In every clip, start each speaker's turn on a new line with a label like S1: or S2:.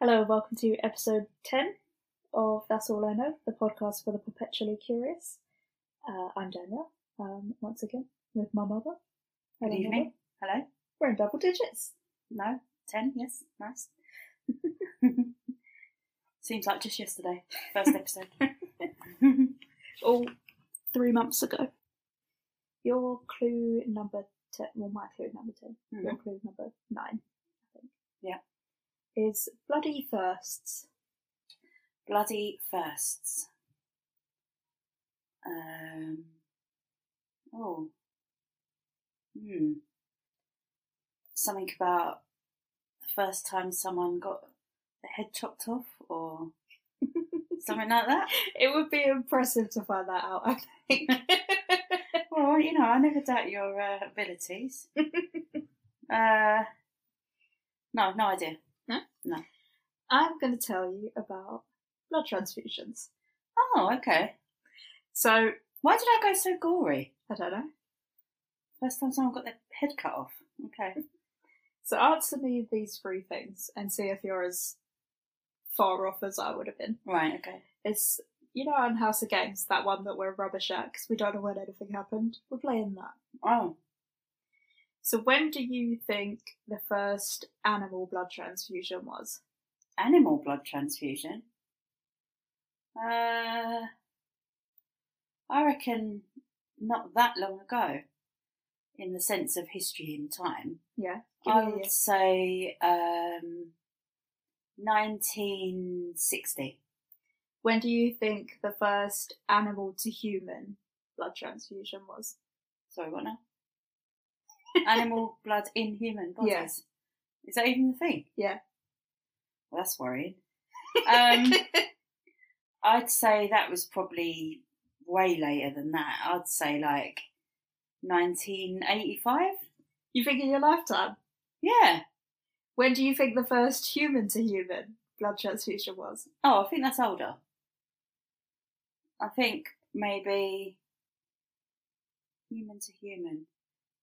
S1: welcome to episode 10 of That's All I Know, the podcast for the perpetually curious. Uh, I'm Danielle, um, once again, with my mother.
S2: Good
S1: Hello,
S2: evening.
S1: mother.
S2: Hello.
S1: We're in double digits.
S2: No. Ten. Yes. Nice. Seems like just yesterday. First episode.
S1: All three months ago. Your clue number 10, well, my clue number 10, your
S2: Mhm.
S1: clue number 9, I think.
S2: Yeah.
S1: Is bloody firsts.
S2: Bloody firsts. Um. Oh. Hmm. Something about the first time someone got their head chopped off, or something like that.
S1: It would be impressive to find that out, I think.
S2: Well, you know, I never doubt your uh, abilities. uh, no, no idea.
S1: I'm going to tell you about blood transfusions.
S2: Oh, okay.
S1: So,
S2: Why did I go so gory?
S1: I don't know.
S2: First time someone got their head cut off. Okay.
S1: So answer me these three things and see if you're as far off as I would have been.
S2: Right, okay.
S1: It's you know on House of Games that one that we're rubbish at because we don't know when anything happened. We're playing that.
S2: Oh,
S1: So when do you think the first animal blood transfusion was?
S2: animal blood transfusion. Uh, I reckon not that long ago, in the sense of history and time.
S1: Yeah.
S2: I would say um, 1960.
S1: When do you think the first animal to human blood transfusion was?
S2: Sorry, what now? Animal blood in human bodies.
S1: Yeah.
S2: Is that even the thing?
S1: Yeah.
S2: Well, that's worrying. Um, I'd say that was probably way later than that. I'd say like 1985.
S1: you think in your lifetime?
S2: Yeah.
S1: When do you think the first human to human blood transfusion was?
S2: Oh, I think that's older. I think maybe human to human.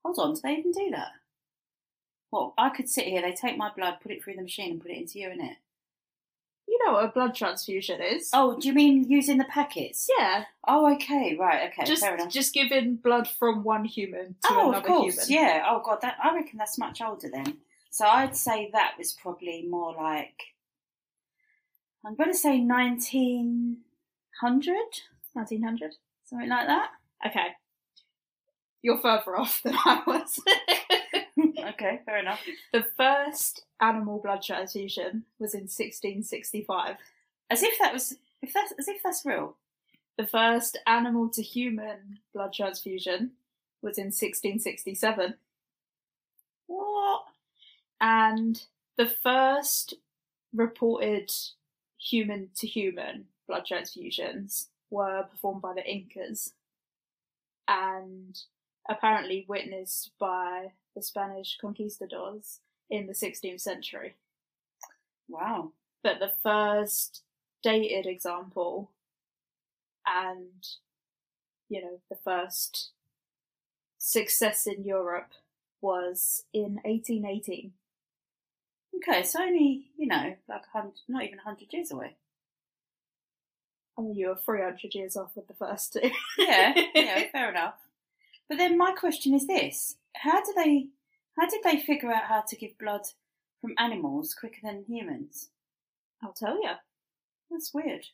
S2: Hold on, do they even do that? Well, I could sit here, they take my blood, put it through the machine, and put it into you, innit?
S1: You know what a blood transfusion is.
S2: Oh, do you mean using the packets?
S1: Yeah.
S2: Oh, okay, right, okay,
S1: just
S2: fair enough.
S1: just giving blood from one human to
S2: oh,
S1: another
S2: of course,
S1: human.
S2: yeah. Oh, god, that I reckon that's much older then. So I'd say that was probably more like I'm going to say 1900,
S1: Nineteen hundred.
S2: something like that.
S1: Okay. You're further off than I was.
S2: okay, fair enough.
S1: the first animal blood transfusion was in 1665.
S2: As if that was if that's as if that's real.
S1: The first animal to human blood transfusion was in 1667.
S2: What?
S1: And the first reported human to human blood transfusions were performed by the Incas and apparently witnessed by the Spanish conquistadors in the 16th century.
S2: Wow.
S1: But the first dated example and, you know, the first success in Europe was in 1818.
S2: Okay, so only you know like a hundred, not even a hundred years away.
S1: I mean, Oh, you were 300 years off with the first two.
S2: Yeah, yeah, fair enough. But then my question is this: How do they? How did they figure out how to give blood from animals quicker than humans?
S1: I'll tell you.
S2: That's weird.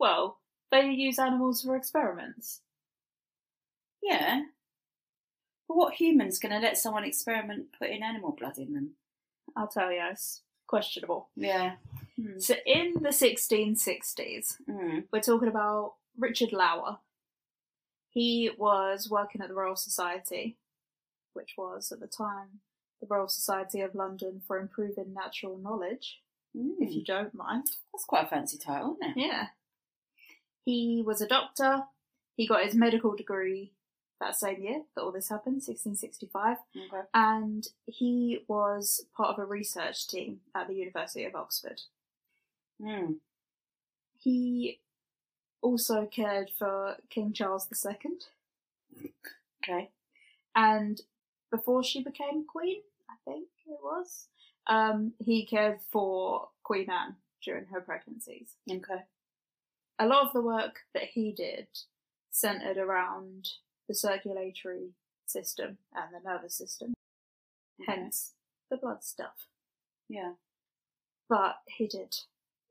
S1: Well, they use animals for experiments.
S2: Yeah. But what human's going to let someone experiment putting animal blood in them?
S1: I'll tell you, it's questionable.
S2: Yeah. Hmm.
S1: So, in the 1660s,
S2: Mm.
S1: we're talking about Richard Lauer. He was working at the Royal Society, which was at the time the Royal Society of London for Improving Natural Knowledge, if
S2: Mm.
S1: you don't mind.
S2: That's quite a fancy title, isn't it?
S1: Yeah. He was a doctor. He got his medical degree that same year that all this happened, 1665,
S2: Okay.
S1: and he was part of a research team at the University of Oxford.
S2: Mm.
S1: He also cared for King Charles II,
S2: Okay.
S1: and before she became queen, I think it was, Um, he cared for Queen Anne during her pregnancies.
S2: Okay.
S1: A lot of the work that he did centered around the circulatory system and the nervous system, hence the blood stuff.
S2: Yeah.
S1: But he did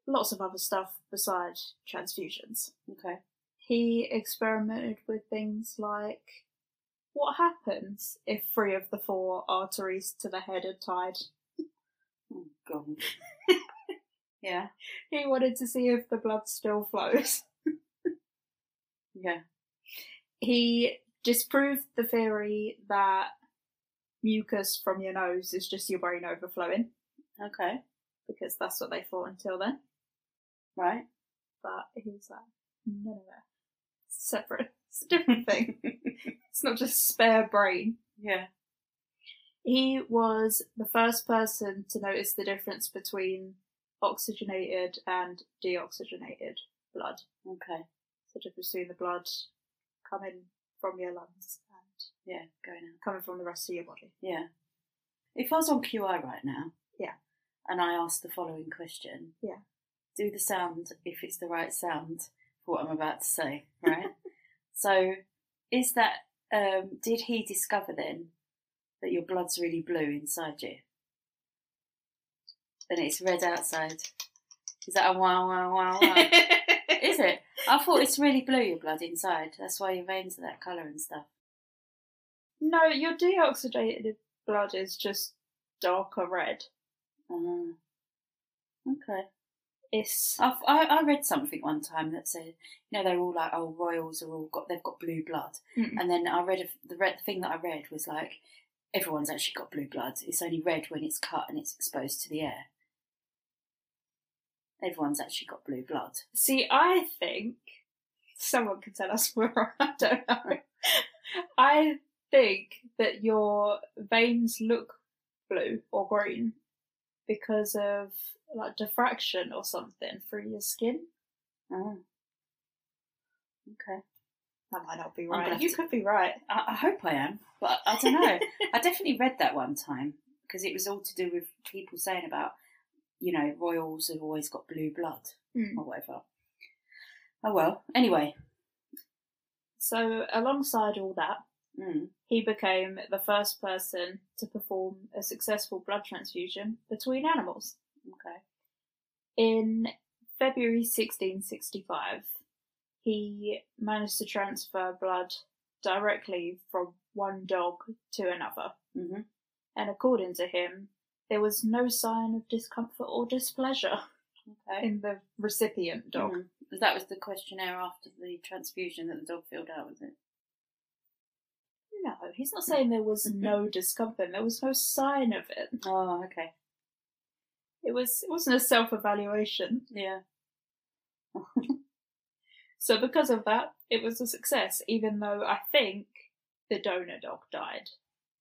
S1: lots of other stuff besides transfusions.
S2: Okay.
S1: He experimented with things like what happens if three of the four arteries to the head are tied?
S2: Oh, God. yeah.
S1: He wanted to see if the blood still flows.
S2: Yeah.
S1: He disproved the theory that mucus from your nose is just your brain overflowing,
S2: Okay.
S1: because that's what they thought until then.
S2: Right.
S1: But he was like, no, no, no. It's separate. It's a different thing. it's not just spare brain.
S2: Yeah.
S1: He was the first person to notice the difference between oxygenated and deoxygenated blood.
S2: Okay.
S1: So difference between the blood coming from your lungs and
S2: Yeah. Going out.
S1: coming from the rest of your body.
S2: Yeah. If I was on QI right now,
S1: Yeah.
S2: and I asked the following question,
S1: Yeah.
S2: do the sound if it's the right sound for what I'm about to say, right? so, is that um, did he discover then that your blood's really blue inside you, and it's red outside? Is that a wow wow wow wow? is it? I thought it's really blue your blood inside. That's why your veins are that colour and stuff.
S1: No, your deoxygenated blood is just darker red.
S2: Ah. okay.
S1: It's
S2: I've, I I read something one time that said, you know, they're all like, oh, royals are all got they've got blue blood,
S1: Mm.
S2: and then I read a- the red the thing that I read was like, everyone's actually got blue blood. It's only red when it's cut and it's exposed to the air. Everyone's actually got blue blood.
S1: see, I think someone can tell us we're wrong. I don't know. I think that your veins look blue or green because of like diffraction or something through your skin.
S2: Oh. Okay.
S1: That might not be
S2: gonna
S1: right.
S2: have
S1: You
S2: to-
S1: could be right.
S2: I, I hope I am, but I don't know. I definitely read that one time because it was all to do with people saying about, you know, royals have always got blue blood
S1: Mm.
S2: or whatever. Oh well. Anyway.
S1: So, alongside all that,
S2: Mm.
S1: he became the first person to perform a successful blood transfusion between animals.
S2: Okay.
S1: In February 1665, he managed to transfer blood directly from one dog to another,
S2: hmm
S1: and according to him, there was no sign of discomfort or displeasure
S2: Okay.
S1: in the recipient dog.
S2: Mhm. That was the questionnaire after the transfusion that the dog filled out, was it?
S1: No, he's not saying there was no discomfort, there was no sign of it.
S2: Oh, okay.
S1: It was it wasn't a self evaluation.
S2: Yeah.
S1: So because of that, it was a success, even though I think the donor dog died.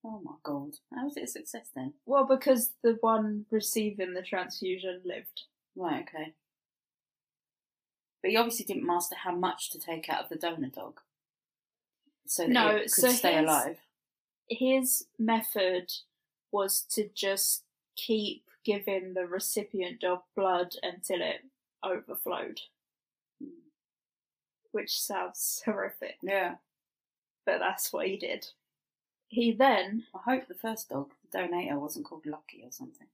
S2: Oh my god. How was it a success then?
S1: Well, because the one receiving the transfusion lived.
S2: Right, okay. But you obviously didn't master how much to take out of the donor dog. So that
S1: No,
S2: it could
S1: so
S2: stay
S1: his-
S2: alive.
S1: His method was to just keep giving the recipient dog blood until it overflowed,
S2: Mm.
S1: which sounds horrific,
S2: Yeah.
S1: but that's what he did. He then
S2: I hope the first dog, the donator, wasn't called Lucky or something.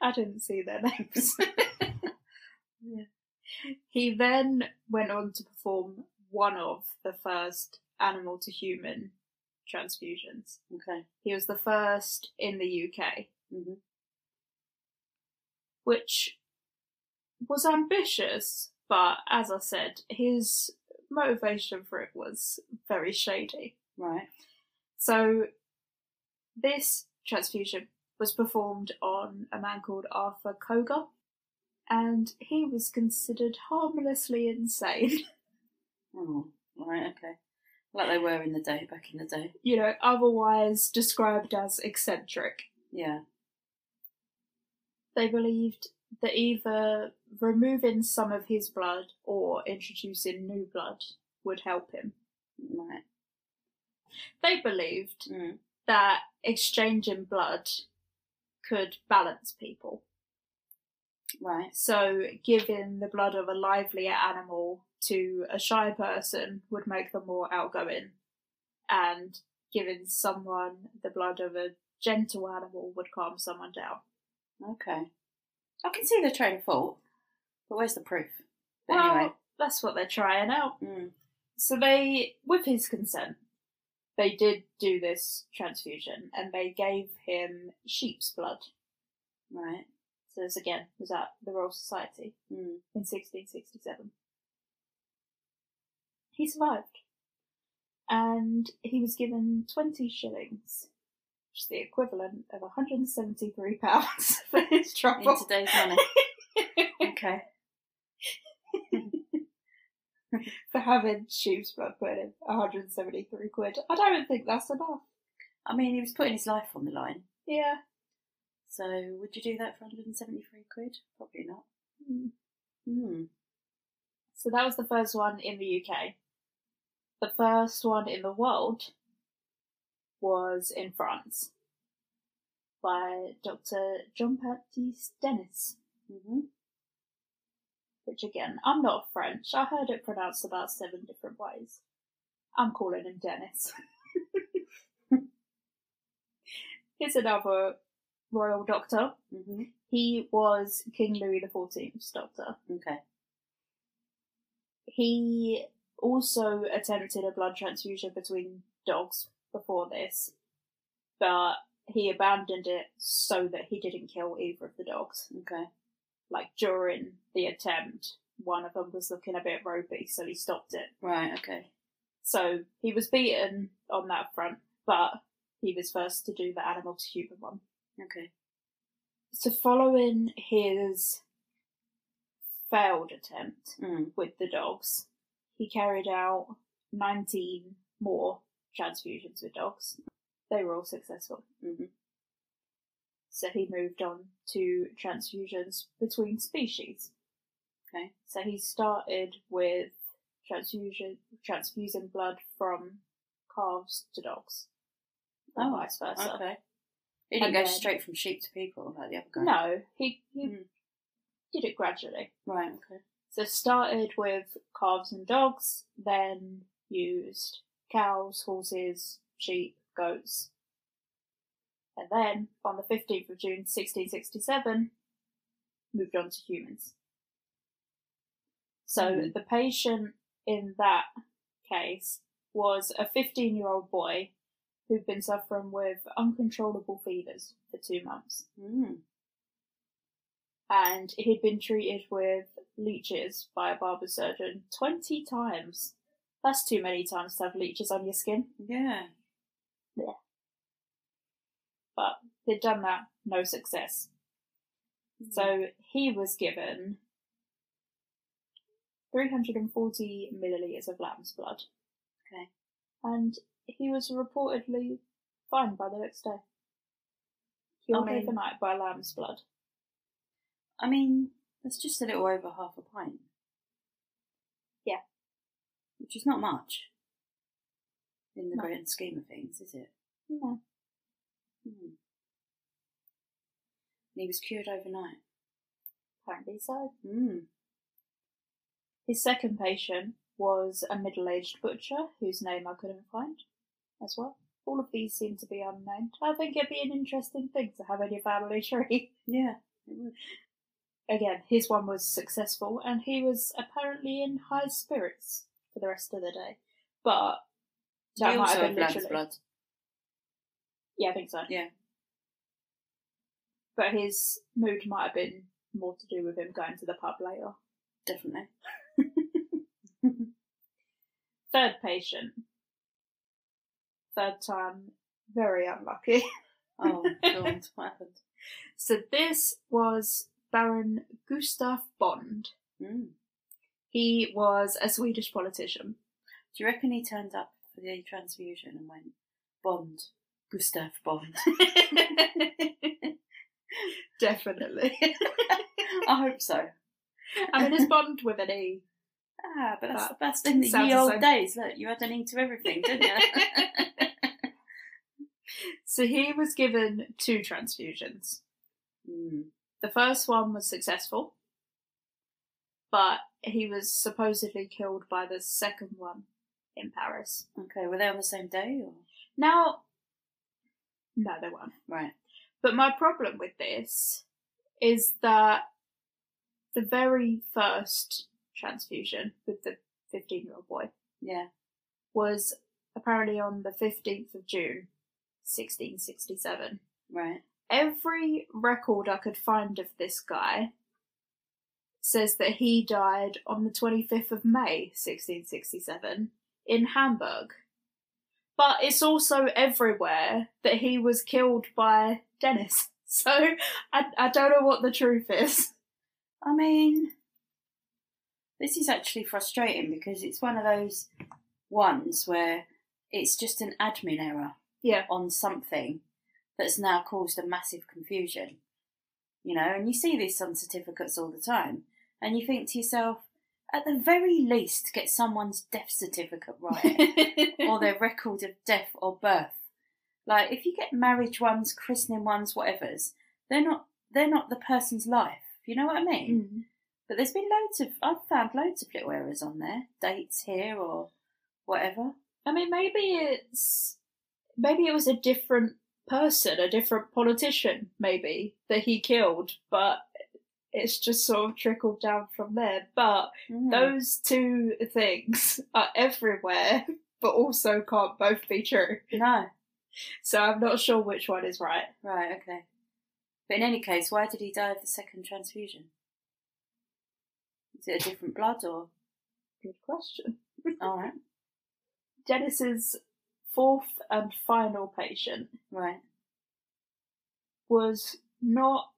S1: I didn't see their names. Yeah. He then went on to perform one of the first animal to human transfusions.
S2: Okay.
S1: He was the first in the UK,
S2: hmm
S1: which was ambitious, but as I said, his motivation for it was very shady.
S2: Right.
S1: So, this transfusion was performed on a man called Arthur Koga, and he was considered harmlessly insane.
S2: Oh, right, okay. Like they were in the day, back in the day.
S1: You know, otherwise described as eccentric.
S2: Yeah.
S1: They believed that either removing some of his blood or introducing new blood would help him.
S2: Right.
S1: They believed
S2: Mm.
S1: that exchanging blood could balance people.
S2: Right.
S1: So, giving the blood of a livelier animal to a shy person would make them more outgoing, and giving someone the blood of a gentle animal would calm someone down.
S2: Okay. I can see the train of thought, but where's the proof? But
S1: well,
S2: anyway.
S1: that's what they're trying out.
S2: Mm.
S1: So they, with his consent, they did do this transfusion, and they gave him sheep's blood.
S2: Right.
S1: So this again was at the Royal Society
S2: Mm.
S1: in 1667. He survived, and he was given 20 shillings, which is the equivalent of 173 pounds for his
S2: In
S1: trouble.
S2: today's money. okay.
S1: for having sheep's blood put in 173 quid. I don't think that's enough.
S2: I mean, he was putting his life on the line.
S1: Yeah.
S2: So would you do that for 173 quid? Probably not.
S1: Hmm.
S2: Hmm.
S1: So that was the first one in the UK. The first one in the world was in France by Dr. Jean Baptiste Dennis,
S2: Mm-hmm.
S1: which again, I'm not French. I heard it pronounced about seven different ways. I'm calling him Dennis. Here's another royal doctor.
S2: Mm-hmm.
S1: He was King Louis XIV's doctor.
S2: Okay.
S1: he also attempted a blood transfusion between dogs before this, but he abandoned it so that he didn't kill either of the dogs.
S2: Okay.
S1: Like during the attempt, one of them was looking a bit ropey, so he stopped it.
S2: Right. Okay.
S1: So he was beaten on that front, but he was first to do the animal to human one.
S2: Okay.
S1: So following his failed attempt,
S2: Mm.
S1: with the dogs. He carried out 19 more transfusions with dogs. They were all successful.
S2: Mhm.
S1: So he moved on to transfusions between species.
S2: Okay.
S1: So he started with transfusion transfusing blood from calves to dogs, or
S2: Oh,
S1: vice versa.
S2: Okay. He didn't
S1: And
S2: go
S1: then-
S2: straight from sheep to people like the other guy.
S1: No, he, he
S2: Mm.
S1: did it gradually.
S2: Right. Okay.
S1: So it started with calves and dogs, then used cows, horses, sheep, goats. And then on the 15th of June 1667, moved on to humans. So
S2: Mhm.
S1: the patient in that case was a 15 year old boy who'd been suffering with uncontrollable fevers for two months
S2: Mm.
S1: and he'd been treated with leeches by a barber surgeon 20 times. That's too many times to have leeches on your skin.
S2: Yeah.
S1: But they'd done that, no success.
S2: Hmm. Mm.
S1: So he was given 340 millilitres of lamb's blood.
S2: Okay.
S1: And he was reportedly fine by the next day. Cured
S2: I mean-
S1: overnight by lamb's blood.
S2: I mean, that's just a little over half a pint.
S1: Yeah.
S2: Which is not much in the
S1: No.
S2: grand scheme of things, is it?
S1: Yeah.
S2: Hmm. And he was cured overnight.
S1: Apparently so.
S2: Mm.
S1: His second patient was a middle aged butcher whose name I couldn't find as well. All of these seem to be unnamed. I think it'd be an interesting thing to have in your family tree.
S2: Yeah. It would.
S1: Again, his one was successful and he was apparently in high spirits for the rest of the day. But that
S2: He
S1: might
S2: also
S1: have been
S2: had lamb's
S1: literally.
S2: blood.
S1: Yeah, I think so.
S2: Yeah.
S1: But his mood might have been more to do with him going to the pub later.
S2: Definitely.
S1: Third patient. Third time, very unlucky.
S2: Oh, God, what happened?
S1: So this was Baron Gustav Bond.
S2: Mm.
S1: He was a Swedish politician.
S2: Do you reckon he turned up for the transfusion and went, Bond, Gustav Bond?
S1: Definitely.
S2: I hope so.
S1: I mean, it's Bond with an E.
S2: Ah, but that's
S1: That
S2: the best in the
S1: sounds
S2: ye
S1: the
S2: old
S1: same.
S2: days. Look, you had an E to everything, didn't you?
S1: So he was given two transfusions.
S2: Mm.
S1: The first one was successful, but he was supposedly killed by the second one in Paris.
S2: Okay, were they on the same day or?
S1: Now, no, they weren't.
S2: Right.
S1: But my problem with this is that the very first transfusion with the 15 year old boy
S2: Yeah.
S1: was apparently on the 15th of June, 1667.
S2: Right.
S1: Every record I could find of this guy says that he died on the 25th of May, 1667, in Hamburg. But it's also everywhere that he was killed by Dennis. So I, I don't know what the truth is.
S2: I mean, this is actually frustrating because it's one of those ones where it's just an admin error
S1: Yeah.
S2: on something that's now caused a massive confusion. You know, and you see this on certificates all the time, and you think to yourself, at the very least, get someone's death certificate right. or their record of death or birth. Like if you get marriage ones, christening ones, whatever's, they're not they're not the person's life. You know what I mean?
S1: Mm.
S2: But there's been loads of I've found loads of little errors on there, dates here or whatever.
S1: I mean, maybe it's maybe it was a different person, a different politician, maybe that he killed, but it's just sort of trickled down from there. But
S2: Mm.
S1: those two things are everywhere, but also can't both be true.
S2: No,
S1: So I'm not sure which one is right.
S2: right, okay. But in any case, why did he die of the second transfusion? Is it a different blood or?
S1: Good question.
S2: All right,
S1: Dennis's fourth and final patient
S2: right,
S1: was not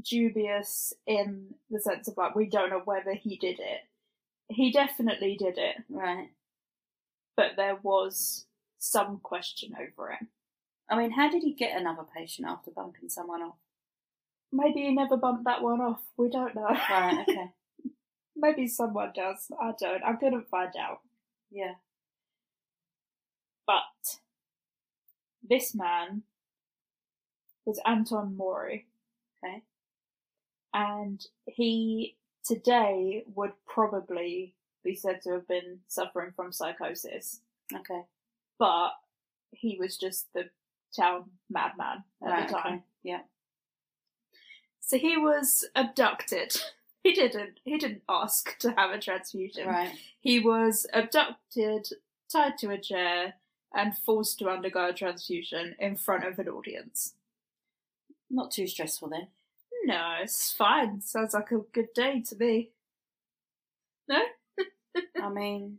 S1: dubious in the sense of like we don't know whether he did it. He definitely did it,
S2: right.
S1: but there was some question over it.
S2: I mean, how did he get another patient after bumping someone off?
S1: Maybe he never bumped that one off. We don't know.
S2: Right, okay,
S1: Maybe someone does. I don't. I couldn't find out.
S2: yeah.
S1: But this man was Anton Mori.
S2: Okay.
S1: And he today would probably be said to have been suffering from psychosis,
S2: Okay.
S1: but he was just the town madman at
S2: Right,
S1: the time.
S2: okay. Yeah.
S1: So he was abducted. He didn't he didn't ask to have a transfusion.
S2: Right.
S1: He was abducted, tied to a chair, and forced to undergo a transfusion in front of an audience.
S2: Not too stressful then.
S1: No, it's fine. Sounds like a good day to me.
S2: I mean,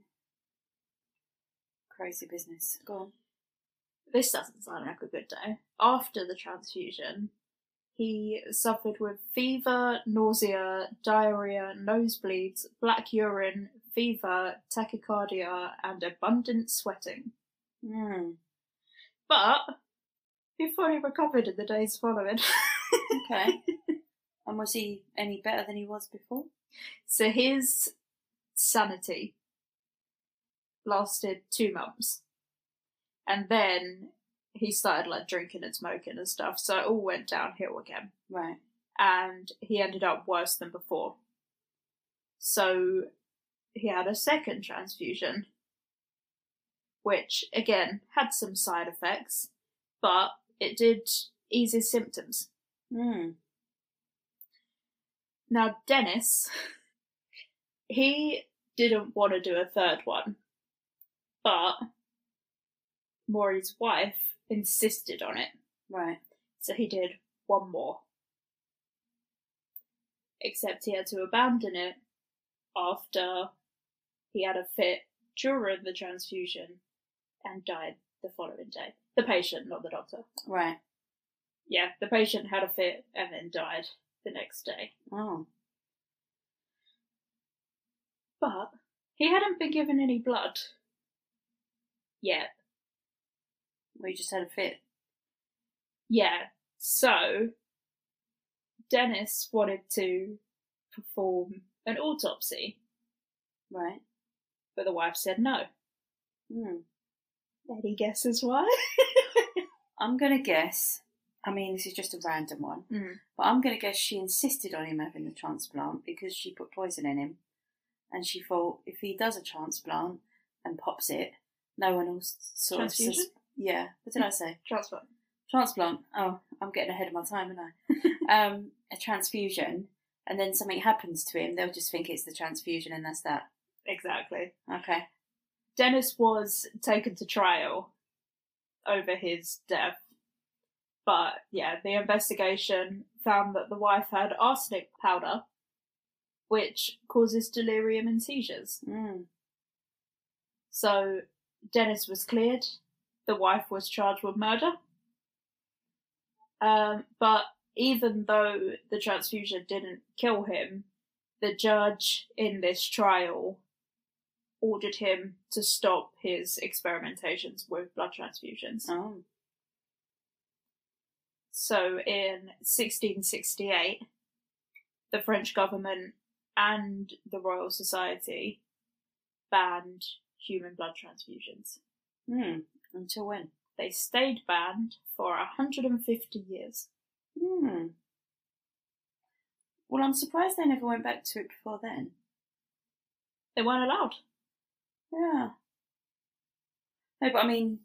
S2: crazy business. Go on.
S1: This doesn't sound like a good day. After the transfusion, he suffered with fever, nausea, diarrhea, nosebleeds, black urine, fever, tachycardia, and abundant sweating.
S2: Mm.
S1: But he fully recovered in the days following.
S2: Okay. and was he any better than he was before?
S1: So his sanity lasted two months. And then he started like drinking and smoking and stuff. So it all went downhill again.
S2: Right.
S1: And he ended up worse than before. So he had a second transfusion, which again had some side effects, but it did ease his symptoms.
S2: Mm.
S1: Now, Dennis, he didn't want to do a third one, but Maury's wife insisted on it,
S2: Right.
S1: so he did one more. Except he had to abandon it after he had a fit during the transfusion and died the following day. The patient, not the doctor.
S2: Right.
S1: Yeah, the patient had a fit and then died the next day.
S2: Oh.
S1: But he hadn't been given any blood yet.
S2: We just had a fit.
S1: Yeah. So Dennis wanted to perform an autopsy,
S2: Right.
S1: but the wife said no.
S2: Mm.
S1: Any guesses why?
S2: I'm going to guess. I mean, this is just a random one,
S1: Mm.
S2: but I'm going to guess she insisted on him having the transplant because she put poison in him, and she thought if he does a transplant and pops it, no one will s- sort of.
S1: Transfusion?
S2: Sus- yeah. What did I say?
S1: Transplant.
S2: transplant. Oh, I'm getting ahead of my time, aren't I? um, a transfusion, and then something happens to him, they'll just think it's the transfusion, and that's that.
S1: Exactly.
S2: Okay.
S1: Dennis was taken to trial over his death. But yeah, the investigation found that the wife had arsenic powder, which causes delirium and seizures.
S2: Mm.
S1: So Dennis was cleared. The wife was charged with murder. Um, but even though the transfusion didn't kill him, the judge in this trial ordered him to stop his experimentations with blood transfusions.
S2: Oh.
S1: So in 1668, the French government and the Royal Society banned human blood transfusions.
S2: Mm. Until when?
S1: They stayed banned for 150 years.
S2: Mm. Well, I'm surprised they never went back to it before then.
S1: They weren't allowed.
S2: Yeah. No, but I mean,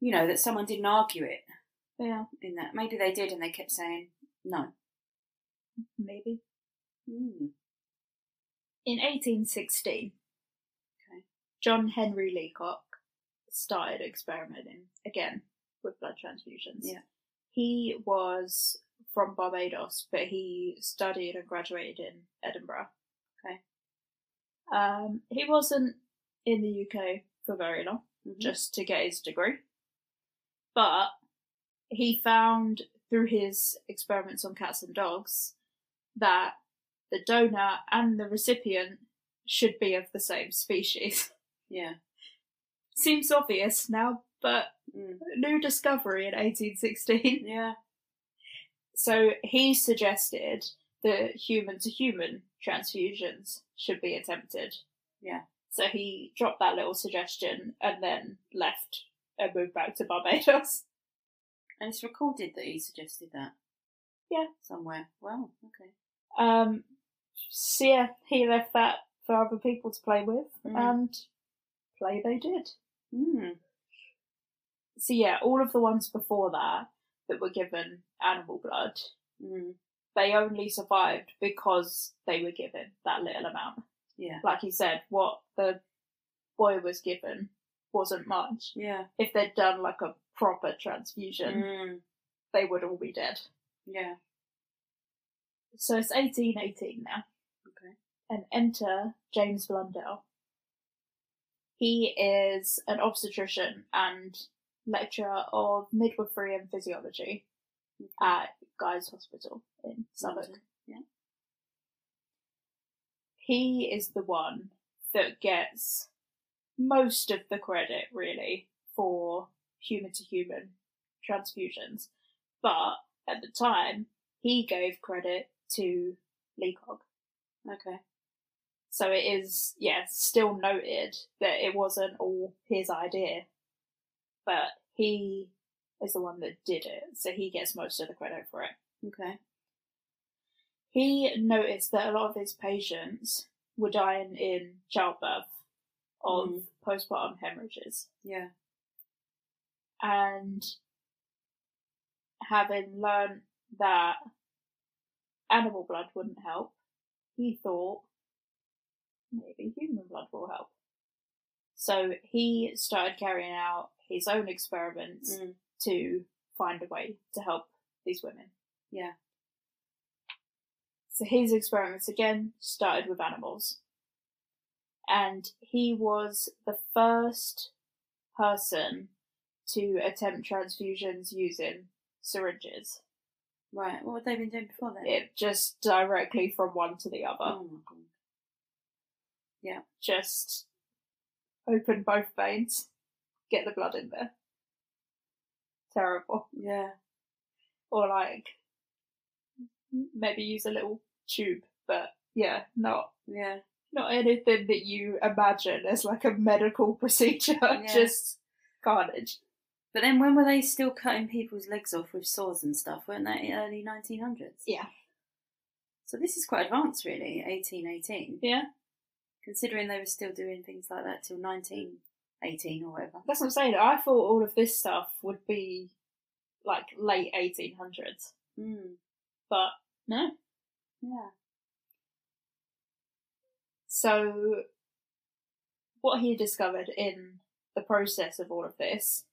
S2: you know, that someone didn't argue it
S1: Yeah,
S2: in that. Maybe they did, and they kept saying no.
S1: maybe.
S2: Mm.
S1: In 1816,
S2: Okay.
S1: John Henry Leacock started experimenting again with blood transfusions.
S2: Yeah.
S1: He was from Barbados, but he studied and graduated in Edinburgh.
S2: Okay.
S1: Um, he wasn't in the UK for very long.
S2: Mhm.
S1: just to get his degree. But he found through his experiments on cats and dogs that the donor and the recipient should be of the same species.
S2: yeah.
S1: Seems obvious now, but
S2: Mm.
S1: new discovery in 1816.
S2: Yeah.
S1: So he suggested that human to human transfusions should be attempted.
S2: Yeah.
S1: So he dropped that little suggestion and then left and moved back to Barbados.
S2: And it's recorded that he suggested that.
S1: Yeah.
S2: Somewhere. Wow, okay.
S1: Um, so yeah, he left that for other people to play with,
S2: Mm.
S1: and play they did.
S2: Mm.
S1: So yeah, all of the ones before that that were given animal blood,
S2: Mm.
S1: they only survived because they were given that little amount.
S2: Yeah.
S1: Like you said, what the boy was given wasn't much.
S2: Yeah.
S1: If they'd done like a proper transfusion,
S2: Mm.
S1: they would all be dead.
S2: Yeah.
S1: So it's 1818 now.
S2: Okay.
S1: And enter James Blundell. He is an obstetrician and lecturer of midwifery and physiology at Guy's Hospital in Southwark.
S2: London, yeah.
S1: He is the one that gets most of the credit, really, for human to human transfusions. But at the time, he gave credit to Leacock.
S2: Okay.
S1: So it is, yeah, still noted that it wasn't all his idea, but he is the one that did it, so he gets most of the credit for it.
S2: Okay.
S1: He noticed that a lot of his patients were dying in childbirth of
S2: Mm.
S1: postpartum hemorrhages,
S2: Yeah.
S1: and having learned that animal blood wouldn't help, he thought maybe human blood will help. So he started carrying out his own experiments
S2: Mm.
S1: to find a way to help these women.
S2: Yeah.
S1: So his experiments again started with animals. And he was the first person to attempt transfusions using syringes.
S2: Right. What had they been doing before then?
S1: It just directly from one to the other.
S2: Oh my god.
S1: Just open both veins, get the blood in there. Terrible.
S2: Yeah.
S1: Or like maybe use a little tube, but yeah, not
S2: Yeah.
S1: not anything that you imagine as like a medical procedure.
S2: Yeah.
S1: Just carnage.
S2: But then when were they still cutting people's legs off with swords and stuff? Weren't they in early 1900s?
S1: Yeah.
S2: So this is quite advanced, really, 1818,
S1: Yeah.
S2: considering they were still doing things like that till 1918 or whatever.
S1: That's what I'm saying. I thought all of this stuff would be like late 1800s,
S2: Mm,
S1: but no.
S2: yeah.
S1: So, what he discovered in the process of all of this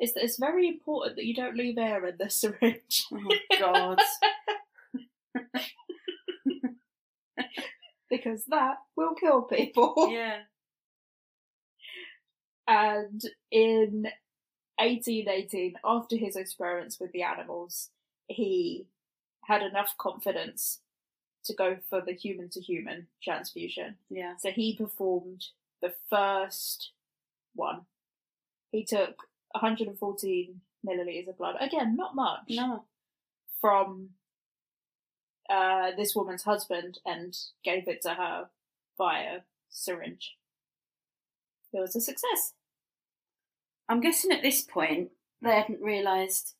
S1: is that it's very important that you don't leave air in the syringe.
S2: Oh, God.
S1: because that will kill people.
S2: yeah.
S1: And in 1818, after his experiments with the animals, he had enough confidence to go for the human to human transfusion.
S2: Yeah.
S1: So he performed the first one. He took 114 millilitres of blood. Again, not much.
S2: No.
S1: From uh, this woman's husband and gave it to her via syringe. It was a success.
S2: I'm guessing at this point they hadn't realised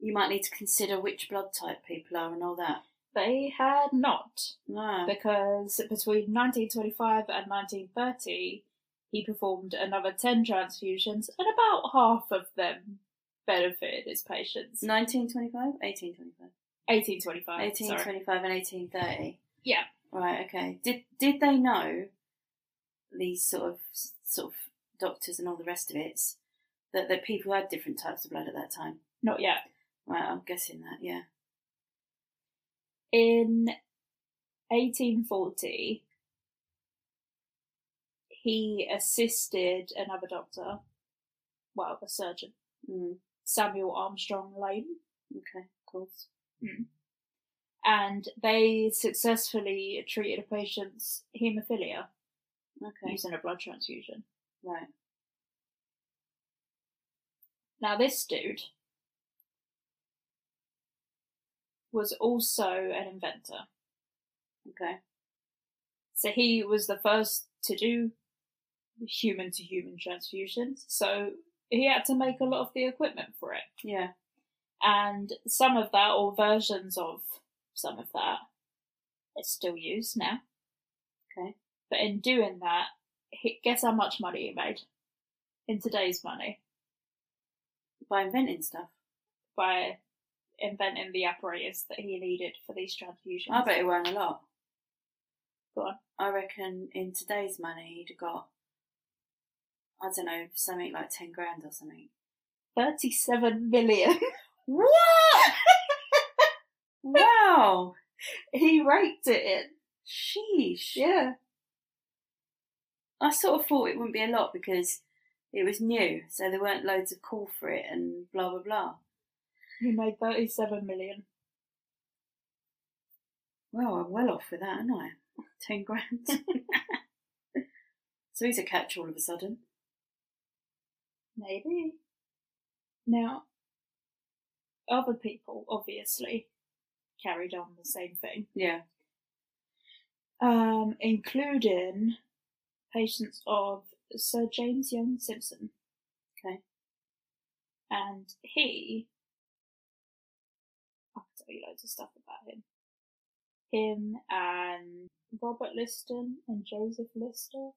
S2: you might need to consider which blood type people are and all that.
S1: They had not,
S2: No.
S1: because between 1925 and 1930, he performed another 10 transfusions, and about half of them benefited his patients.
S2: 1925? 1825?
S1: Oh, 1825. 1825.
S2: 1825 and 1830.
S1: Yeah.
S2: Right. Okay. Did did they know these sort of sort of doctors and all the rest of it that that people had different types of blood at that time?
S1: Not yet.
S2: Right. I'm guessing that. Yeah.
S1: In 1840, he assisted another doctor, well, a surgeon,
S2: Mm,
S1: Samuel Armstrong Lane,
S2: okay. Of course.
S1: and they successfully treated a patient's haemophilia
S2: Okay.
S1: using a blood transfusion.
S2: Right.
S1: Now, this dude was also an inventor.
S2: Okay.
S1: So he was the first to do human to human transfusions. So he had to make a lot of the equipment for it.
S2: Yeah.
S1: And some of that, or versions of some of that, is still used now.
S2: Okay.
S1: But in doing that, he, guess how much money he made in today's money
S2: By inventing stuff.
S1: by inventing the apparatus that he needed for these transfusions.
S2: I bet it weren't a lot.
S1: Go on.
S2: I reckon in today's money you'd have got. I don't know, something like ten grand or something.
S1: 37 million.
S2: What? wow!
S1: he raked it in.
S2: Sheesh.
S1: Yeah.
S2: I sort of thought it wouldn't be a lot because it was new, so there weren't loads of call for it and blah blah blah.
S1: He made 37 million.
S2: Well, I'm well off with that, aren't I? Ten grand. so he's a catch all of a sudden.
S1: Maybe. Now, other people obviously carried on the same thing,
S2: Yeah.
S1: um, including patients of Sir James Young Simpson.
S2: Okay.
S1: And he. I can tell you loads of stuff about him. Him and Robert Liston and Joseph Lister.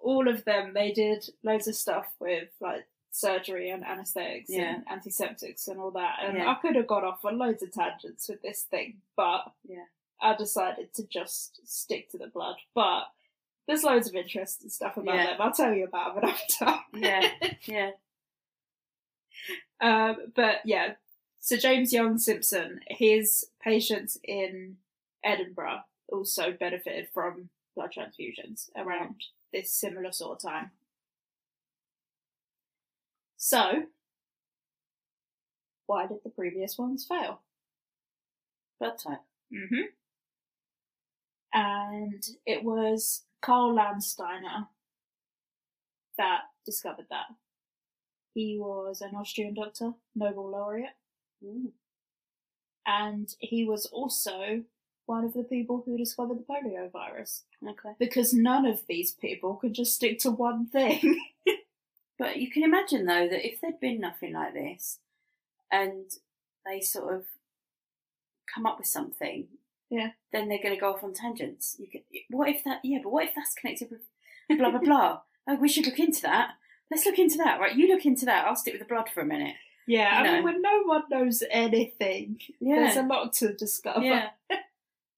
S1: All of them, they did loads of stuff with like surgery and anesthetics
S2: Yeah.
S1: and antiseptics and all that. And
S2: Yeah.
S1: I could have gone off on loads of tangents with this thing, but
S2: Yeah.
S1: I decided to just stick to the blood. But there's loads of interesting stuff about
S2: Yeah.
S1: them. I'll tell you about them after.
S2: Yeah. yeah.
S1: Um, but yeah, so James Young Simpson, his patients in Edinburgh also benefited from blood transfusions around this similar sort of time. So, why did the previous ones fail?
S2: Blood type.
S1: Mm-hmm. And it was Karl Landsteiner that discovered that. He was an Austrian doctor, Nobel laureate,
S2: Mm.
S1: and he was also one of the people who discovered the polio virus.
S2: Okay.
S1: Because none of these people could just stick to one thing.
S2: But you can imagine though that if there'd been nothing like this, and they sort of come up with something,
S1: Yeah.
S2: then they're going to go off on tangents. You can, what if that? Yeah, but what if that's connected with blah blah blah? oh, we should look into that. Let's look into that, right? You look into that. I'll stick with the blood for a minute.
S1: Yeah,
S2: You
S1: I
S2: know.
S1: mean, when no one knows anything,
S2: Yeah,
S1: there's a lot to discover.
S2: yeah,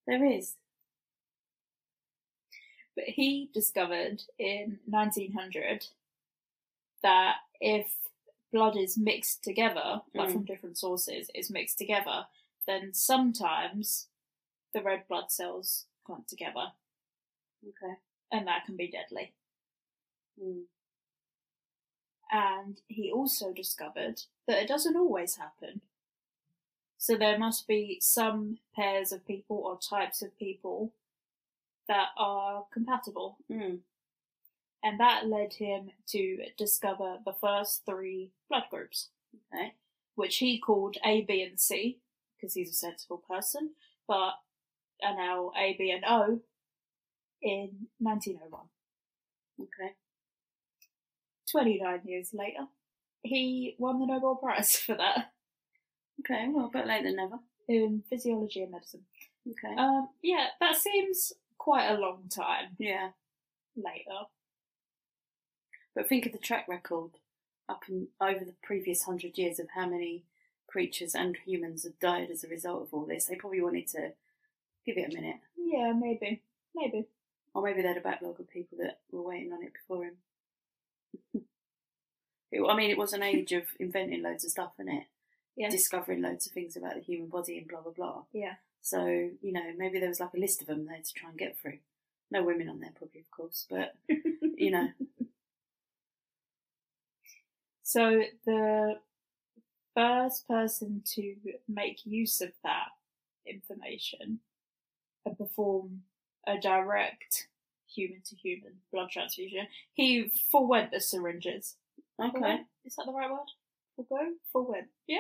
S2: there is.
S1: But he discovered in 1900 that if blood is mixed together, like
S2: Mm.
S1: from different sources, is mixed together, then sometimes the red blood cells clump together,
S2: Okay.
S1: and that can be deadly.
S2: Mm.
S1: And he also discovered that it doesn't always happen. So there must be some pairs of people or types of people that are compatible
S2: Mm.
S1: and that led him to discover the first three blood groups,
S2: Okay.
S1: which he called A, B, and C, because he's a sensible person, but are now A, B, and O in 1901.
S2: Okay.
S1: 29 years later, he won the Nobel Prize for that
S2: Okay. Well, better late than never.
S1: in physiology and medicine.
S2: Okay.
S1: Um, yeah, that seems quite a long time
S2: yeah.
S1: later.
S2: But think of the track record up and over the previous hundred years of how many creatures and humans have died as a result of all this. They probably wanted to give it a minute,
S1: Yeah, maybe. Maybe.
S2: or maybe they had a backlog of people that were waiting on it before him. It- I mean, it was an age of inventing loads of stuff, innit?
S1: Yeah.
S2: Discovering loads of things about the human body and blah blah blah.
S1: Yeah.
S2: So you know, maybe there was like a list of them there to try and get through. No women on there, probably, of course, but you know,
S1: So the first person to make use of that information and perform a direct human to human blood transfusion, he forwent the syringes.
S2: okay,
S1: Forwent? Is that the right word? Forgo? Forwent. Yeah?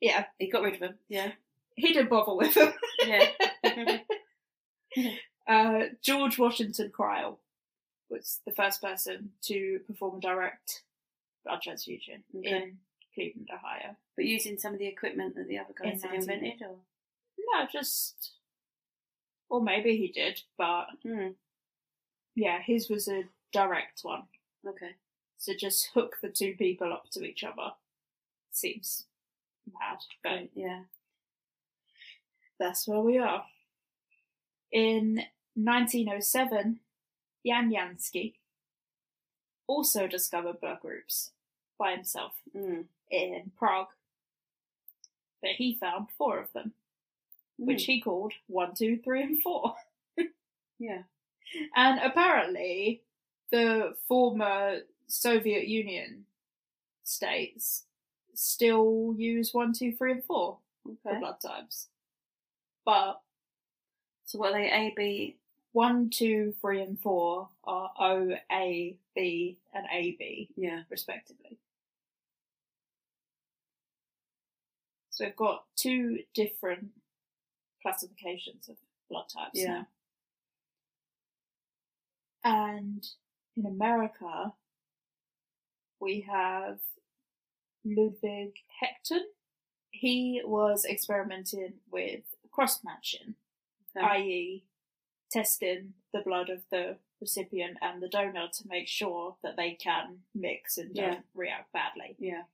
S1: Yeah.
S2: he got rid of them. Yeah,
S1: He didn't bother with them.
S2: yeah.
S1: Uh, George Washington Cryle was the first person to perform a direct blood transfusion
S2: Okay.
S1: in Cleveland, Ohio.
S2: But using some of the equipment that the other guys
S1: In
S2: had invented, or
S1: No, just. Or maybe he did, but
S2: mm.
S1: yeah, his was a direct one.
S2: okay,
S1: So just hook the two people up to each other. Seems mad, but
S2: yeah,
S1: that's where we are. In 1907, Jan Jansky also discovered blood groups by himself
S2: mm.
S1: in Prague. But he found four of them, which
S2: Mm.
S1: he called one, two, three, and four.
S2: yeah,
S1: And apparently, the former Soviet Union states still use one, two, three, and four for
S2: okay.
S1: blood types. But
S2: So what are they? A, B,
S1: one, two, three, and four are O, A, B, and AB,
S2: yeah,
S1: respectively. So we've got two different classifications of blood types
S2: Yeah.
S1: now. And in America, we have Ludwig Hecton. He was experimenting with cross matching,
S2: Okay.
S1: i.e., E, testing the blood of the recipient and the donor to make sure that they can mix and don't
S2: Yeah.
S1: react badly.
S2: yeah.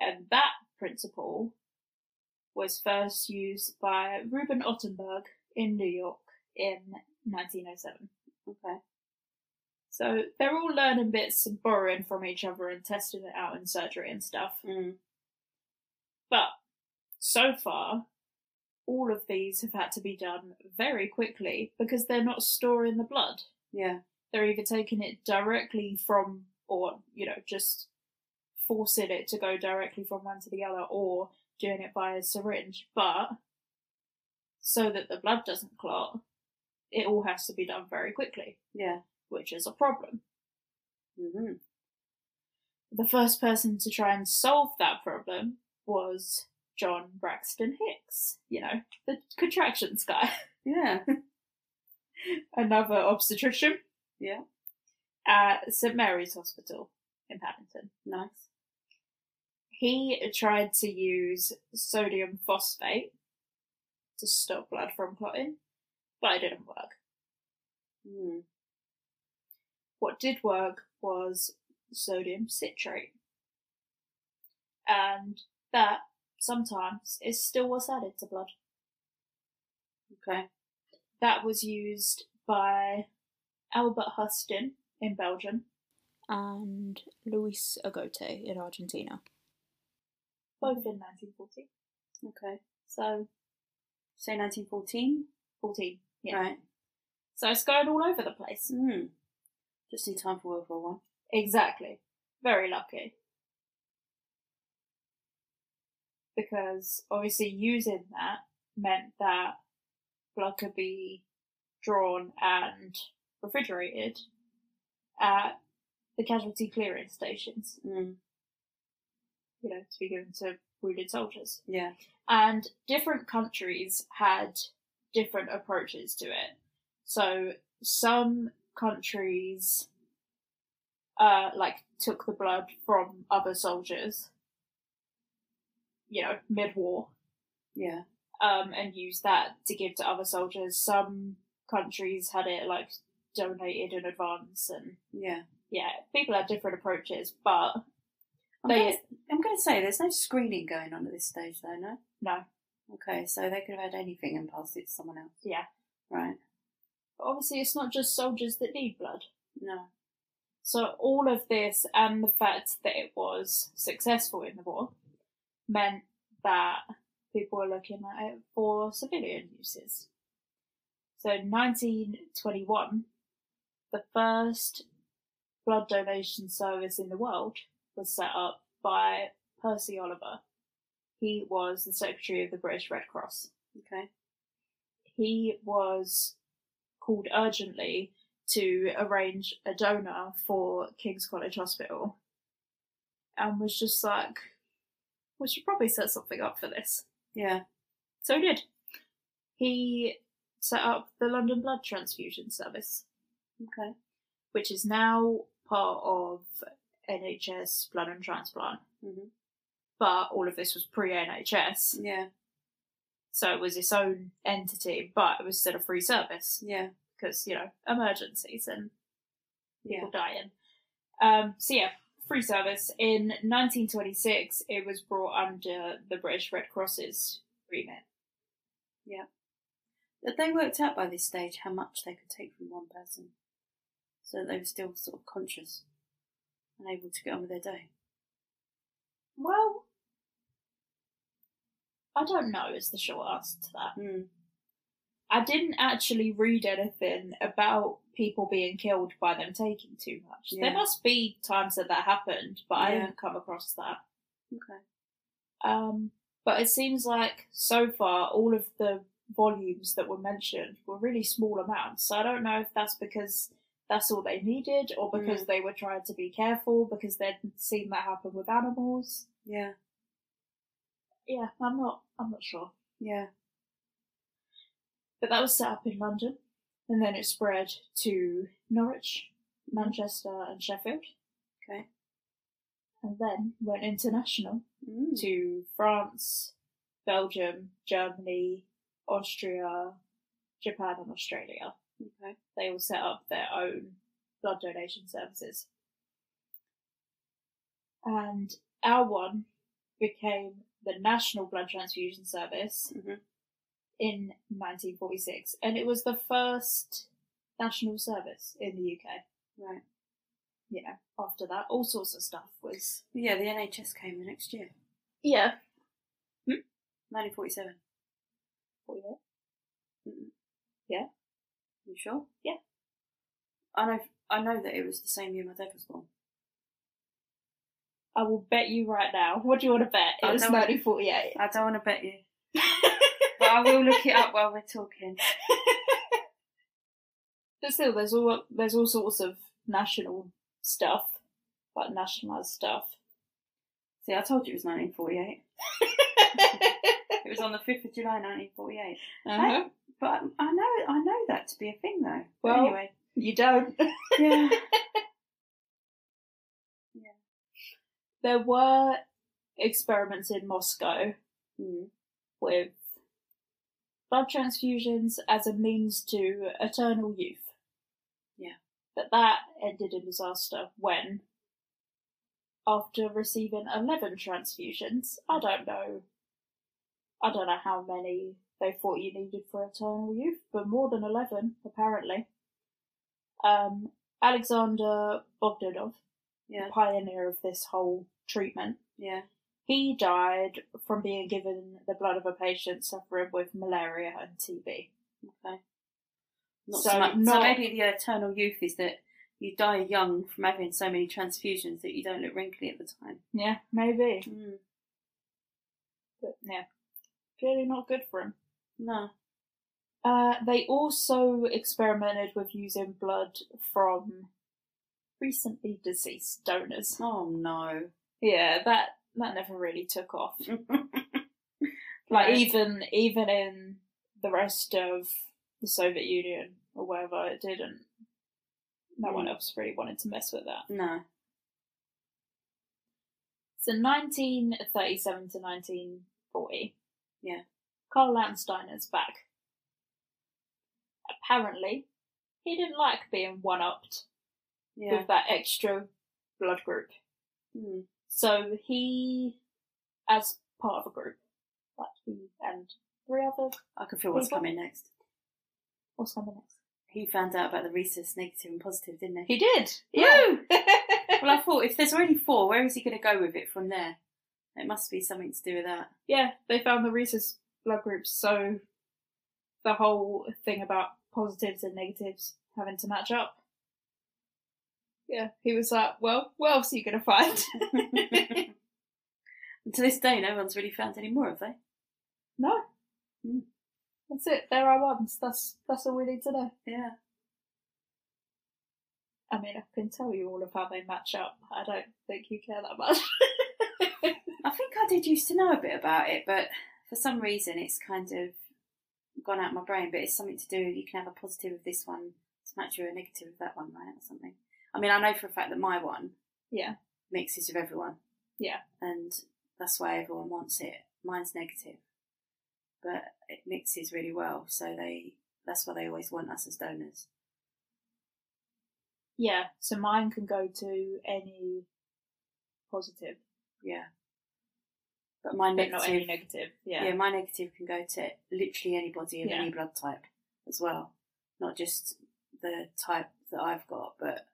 S1: And that principle was first used by Ruben Ottenberg in New York in 1907.
S2: Okay.
S1: So they're all learning bits and borrowing from each other and testing it out in surgery and stuff.
S2: Mm.
S1: But so far, all of these have had to be done very quickly because they're not storing the blood.
S2: Yeah.
S1: They're either taking it directly from, or, you know, just forcing it to go directly from one to the other, or doing it by a syringe. But so that the blood doesn't clot, it all has to be done very quickly,
S2: Yeah.
S1: which is a problem.
S2: Mm-hmm.
S1: The first person to try and solve that problem was John Braxton Hicks, you know, the contractions guy,
S2: Yeah.
S1: another obstetrician
S2: Yeah.
S1: at St Mary's Hospital in Paddington.
S2: Nice.
S1: He tried to use sodium phosphate to stop blood from clotting, but it didn't work.
S2: Mm.
S1: What did work was sodium citrate. And that sometimes is still what's added to blood.
S2: Okay.
S1: That was used by Albert Huston in Belgium and Luis Agote in Argentina. Both in 1940.
S2: Okay.
S1: So,
S2: So 1914.
S1: 14. Yeah.
S2: Right.
S1: So it's going all over the place.
S2: Mm. Just in time for World War One.
S1: Exactly. Very lucky. Because obviously using that meant that blood could be drawn and refrigerated at the casualty clearing stations,
S2: Mm.
S1: you know, to be given to wounded soldiers.
S2: Yeah.
S1: And different countries had different approaches to it. So some countries, uh, like took the blood from other soldiers, you know, mid-war,
S2: Yeah.
S1: um, and used that to give to other soldiers. Some countries had it like donated in advance, and
S2: Yeah.
S1: yeah, people had different approaches, but
S2: I'm
S1: They-
S2: gonna, I'm going to say there's no screening going on at this stage, though. No.
S1: no.
S2: Okay. So they could have had anything and passed it to someone else.
S1: Yeah.
S2: Right.
S1: But obviously, it's not just soldiers that need blood.
S2: No.
S1: So all of this and the fact that it was successful in the war meant that people were looking at it for civilian uses. So in 1921, the first blood donation service in the world was set up by Percy Oliver. He was the secretary of the British Red Cross.
S2: Okay.
S1: He was called urgently to arrange a donor for King's College Hospital and was just like, we should probably set something up for this.
S2: Yeah.
S1: So he did. He set up the London Blood Transfusion Service,
S2: Okay.
S1: which is now part of NHS Blood and Transplant.
S2: Mhm.
S1: But all of this was pre NHS,
S2: Yeah.
S1: so it was its own entity, but it was still a free service
S2: Yeah.
S1: because, you know, emergencies and
S2: Yeah.
S1: people dying. Um, so yeah, free service. In 1926, it was brought under the British Red Cross's remit.
S2: That they worked out by this stage how much they could take from one person, so that they were still sort of conscious and able to get on with their day.
S1: Well, I don't know is the short answer to that.
S2: Mm.
S1: I didn't actually read anything about people being killed by them taking too much.
S2: Yeah.
S1: There must be times that that happened, but I
S2: Yeah.
S1: haven't come across that.
S2: Okay.
S1: Um, but it seems like so far all of the volumes that were mentioned were really small amounts. So I don't know if that's because that's all they needed or because
S2: Mm.
S1: they were trying to be careful because they'd seen that happen with animals.
S2: Yeah.
S1: Yeah, I'm not I'm not sure.
S2: Yeah.
S1: But that was set up in London and then it spread to Norwich, Manchester and Sheffield.
S2: Okay.
S1: And then went international
S2: Mm.
S1: to France, Belgium, Germany, Austria, Japan, and Australia.
S2: Okay.
S1: They all set up their own blood donation services. And our one became the National Blood Transfusion Service
S2: Mhm.
S1: in 1946, and it was the first national service in the UK.
S2: Right.
S1: You know, after that, all sorts of stuff was.
S2: Yeah, the NHS came the next year,
S1: Yeah.
S2: 1947. Mm-mm.
S1: Yeah.
S2: You sure?
S1: Yeah.
S2: I know. I know that it was the same year my dad was born.
S1: I will bet you right now. What do you want to bet? It
S2: I
S1: was
S2: don't want-
S1: 1948.
S2: I don't want to bet you, but I will look it up while we're talking.
S1: but still, there's all there's all sorts of national stuff, like nationalised stuff.
S2: See, I told you it was 1948. It was on the 5th of July, 1948.
S1: Uh-huh.
S2: But I know, I know that to be a thing though. But
S1: Well-
S2: anyway,
S1: You don't.
S2: yeah, yeah.
S1: there were experiments in Moscow
S2: Mm.
S1: with blood transfusions as a means to eternal youth.
S2: Yeah.
S1: But that ended in disaster when, after receiving 11 transfusions, I don't know, I don't know how many they thought you needed for eternal youth, but more than 11, apparently. Um, Alexander Bogdanov,
S2: Yeah.
S1: pioneer of this whole treatment,
S2: Yeah.
S1: he died from being given the blood of a patient suffering with malaria and TB.
S2: Okay. Not
S1: So
S2: so, much. so
S1: not-
S2: maybe the eternal youth is that you die young from having so many transfusions that you don't look wrinkly at the time.
S1: Yeah, maybe.
S2: Mm.
S1: But yeah, clearly not good for him.
S2: No.
S1: Uh, they also experimented with using blood from recently deceased donors.
S2: Oh no.
S1: Yeah, that that never really took off. Like
S2: Right.
S1: even even in the rest of the Soviet Union or wherever, it didn't. No one
S2: Mm.
S1: else really wanted to mess with that.
S2: no.
S1: So 1937 to 1940.
S2: Yeah.
S1: Karl Landsteiner is back. Apparently, he didn't like being one upped
S2: Yeah.
S1: with that extra blood group.
S2: Mm.
S1: So he, as part of a group, like he and three other,
S2: I can feel what's
S1: People?
S2: coming next.
S1: or someone else.
S2: He found out about the rhesus negative and positive, didn't he?
S1: He did!
S2: Woo!
S1: Yeah.
S2: well, I thought if there's already four, where is he going to go with it from there? It must be something to do with that.
S1: yeah, they found the rhesus blood groups, so the whole thing about positives and negatives having to match up. Yeah, he was like, well, what else are you going to find?
S2: and to this day, no one's really found any more, have they?
S1: no. Mm.
S2: Hmm.
S1: That's it. There are ones. That's that's all we need to know.
S2: Yeah.
S1: I mean, I can tell you all of how they match up. I don't think you care that much.
S2: I think I did used to know a bit about it, but for some reason it's kind of gone out of my brain. But it's something to do with you can have a positive of this one to match you a negative of that one, right? Or something. I mean, I know for a fact that my one
S1: Yeah.
S2: mixes with everyone.
S1: Yeah.
S2: And that's why everyone wants it. Mine's negative, but it mixes really well, so they that's why they always want us as donors.
S1: yeah, so mine can go to any positive,
S2: Yeah. But my
S1: but
S2: negative,
S1: not any negative. Yeah.
S2: yeah. my negative can go to literally anybody of
S1: Yeah.
S2: any blood type as well, not just the type that I've got, but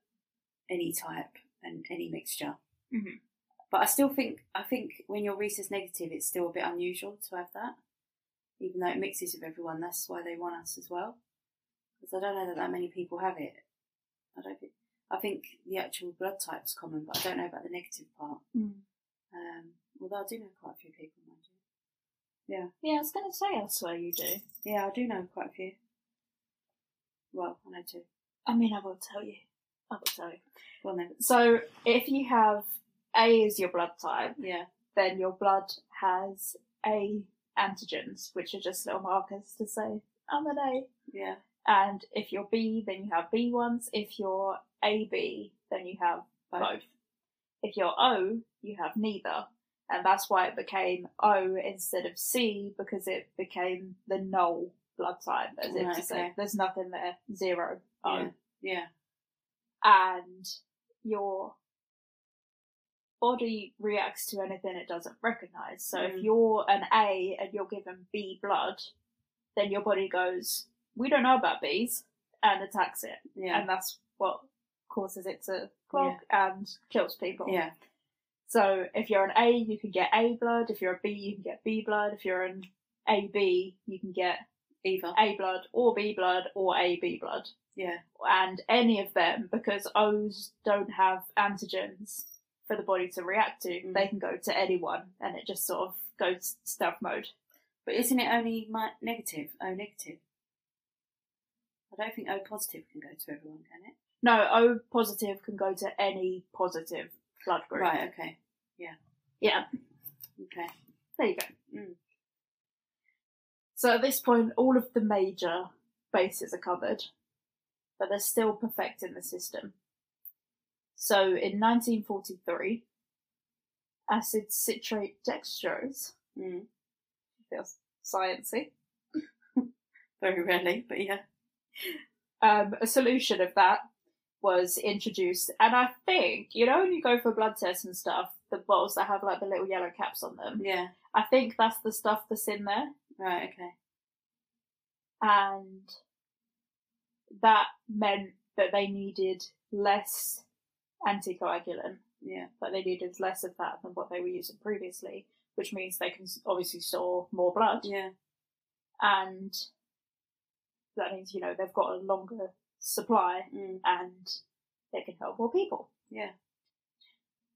S2: any type and any mixture.
S1: Mhm.
S2: But I still think I think when your rhesus negative, it's still a bit unusual to have that, even though it mixes with everyone. That's why they want us as well, because I don't know that that many people have it. I don't think. I think the actual blood type's common, but I don't know about the negative part.
S1: Mm.
S2: Um, although I do know quite a few people, mind you.
S1: Yeah, I was going to say, I swear you do.
S2: Yeah, I do know quite a few. Well, I know two.
S1: I mean, I will tell you. I will tell you.
S2: Well, no.
S1: So, if you have A as your blood type,
S2: Yeah,
S1: then your blood has A antigens, which are just little markers to say, I'm an A.
S2: yeah,
S1: And if you're B, then you have B ones. If you're AB, then you have
S2: both.
S1: both. If you're O, you have neither. And that's why it became O instead of C because it became the null blood type, as if
S2: Right,
S1: to say
S2: okay.
S1: there's nothing there, zero, O.
S2: Yeah. Yeah,
S1: and your body reacts to anything it doesn't recognize. So if
S2: Mm.
S1: you're an A and you're given B blood, then your body goes, "We don't know about bees," and attacks it,
S2: yeah,
S1: and that's what causes it to clog and kills people.
S2: yeah,
S1: So if you're an A, you can get A blood. If you're a B, you can get B blood. If you're an AB, you can get
S2: either.
S1: A blood or B blood or AB blood
S2: Yeah,
S1: and any of them because O's don't have antigens for the body to react to.
S2: Mm.
S1: They can go to anyone, and it just sort of goes stealth mode.
S2: but isn't it only my negative? O negative. I don't think O positive can go to everyone, can it?
S1: No, O positive can go to any positive blood group.
S2: Right. Okay.
S1: Yeah.
S2: Okay.
S1: There you go.
S2: Mm.
S1: So at this point, all of the major bases are covered, but they're still perfecting the system. So in 1943, acid citrate dextrose.
S2: Mm.
S1: Feels sciencey.
S2: Very rarely, but yeah.
S1: um, a solution of that was introduced. And I think, you know, when you go for blood tests and stuff, the bottles that have like the little yellow caps on them,
S2: Yeah.
S1: I think that's the stuff that's in there.
S2: Right, okay.
S1: And that meant that they needed less anticoagulant,
S2: Yeah.
S1: but they needed less of that than what they were using previously, which means they can obviously store more blood.
S2: Yeah.
S1: And that means, you know, they've got a longer supply
S2: Mm.
S1: and they can help more people.
S2: Yeah.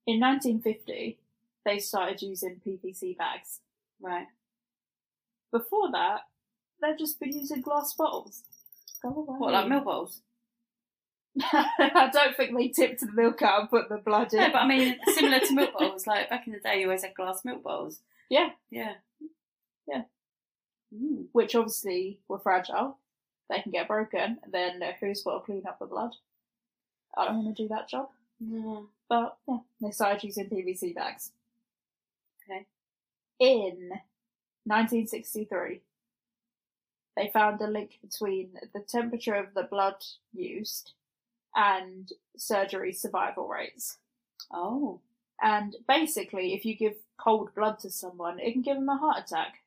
S1: In 1950, they started using PVC bags.
S2: Right.
S1: Before that, they've just been using glass bottles. Go away.
S2: What, like milk bottles?
S1: I don't think they tipped the milk out and put the blood in.
S2: No, but I mean, similar to milk bottles. Like back in the day, you always had glass milk bottles.
S1: Yeah.
S2: Yeah.
S1: Yeah.
S2: Mm.
S1: Which obviously were fragile. They can get broken. and Then who's got to clean up the blood? I don't want to do that job.
S2: Yeah.
S1: But yeah, they started using PVC bags.
S2: Okay.
S1: In 1963, they found a link between the temperature of the blood used and surgery survival rates.
S2: Oh.
S1: And basically, if you give cold blood to someone, it can give them a heart attack.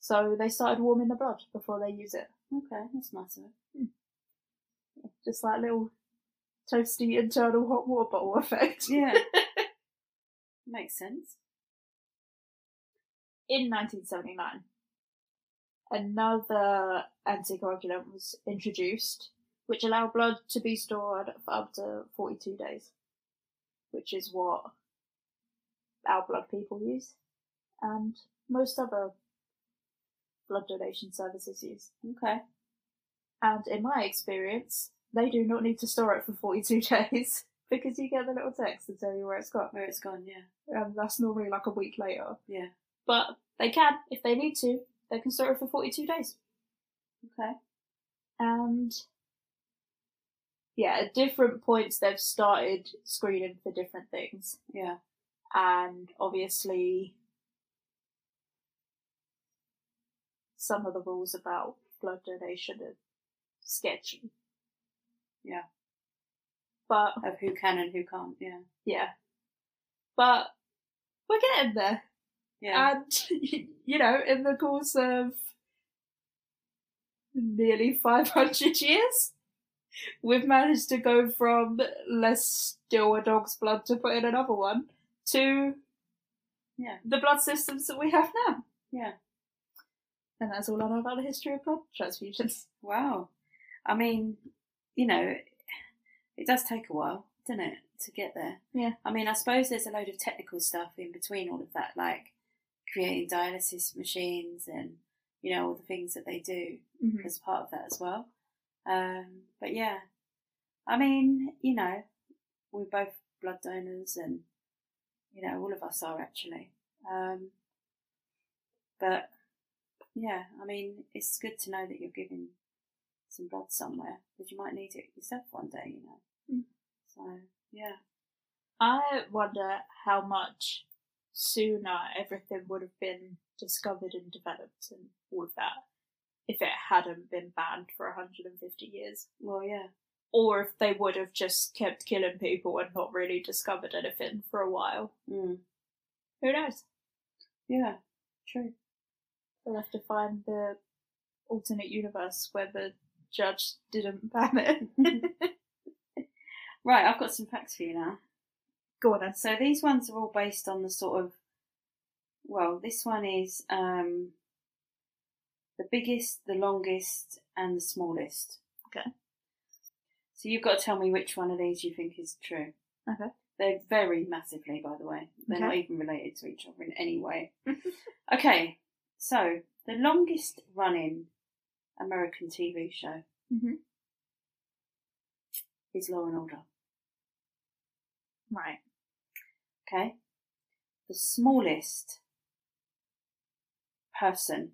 S1: So they started warming the blood before they use it.
S2: Okay. That's nice of it.
S1: Just like little toasty internal hot water bottle effect.
S2: Yeah. Makes sense.
S1: in 1979, another anticoagulant was introduced, which allowed blood to be stored for up to 42 days, which is what our blood people use and most other blood donation services use.
S2: Okay.
S1: And in my experience, they do not need to store it for 42 days because you get the little text to tell you where it's gone.
S2: Where it's gone, yeah.
S1: Um, that's normally like a week later.
S2: Yeah.
S1: But they can, if they need to, they can store it for 42 days.
S2: Okay.
S1: And yeah, at different points they've started screening for different things.
S2: Yeah.
S1: And obviously, some of the rules about blood donation are sketchy.
S2: Yeah.
S1: But
S2: Of who can and who can't, yeah.
S1: yeah. But we're getting there.
S2: Yeah.
S1: And, you know, in the course of nearly 500 years, we've managed to go from let's steal a dog's blood to put in another one to
S2: Yeah.
S1: the blood systems that we have now.
S2: Yeah.
S1: And that's all I know about the history of blood transfusions.
S2: Wow. I mean, you know, it does take a while, doesn't it, to get there?
S1: Yeah.
S2: I mean, I suppose there's a load of technical stuff in between all of that, like creating dialysis machines and, you know, all the things that they do
S1: Mm-hmm.
S2: as part of that as well. Um, but yeah, I mean, you know, we're both blood donors and, you know, all of us are actually. Um, but yeah, I mean, it's good to know that you're giving some blood somewhere because you might need it yourself one day, you know.
S1: Mm.
S2: So yeah,
S1: I wonder how much sooner everything would have been discovered and developed and all of that if it hadn't been banned for 150 years.
S2: well, yeah,
S1: Or if they would have just kept killing people and not really discovered anything for a while.
S2: mm.
S1: Who knows?
S2: yeah, true.
S1: We'll have to find the alternate universe where the judge didn't ban it.
S2: Right, I've got some facts for you now.
S1: Go on, then.
S2: So these ones are all based on the sort of well, this one is um, the biggest, the longest, and the smallest.
S1: Okay.
S2: So you've got to tell me which one of these you think is true.
S1: Okay.
S2: They vary massively, by the way. They're not
S1: Okay.
S2: even related to each other in any way. okay, so the longest running American TV show
S1: Mhm.
S2: is Law and Order.
S1: Right.
S2: Okay. The smallest person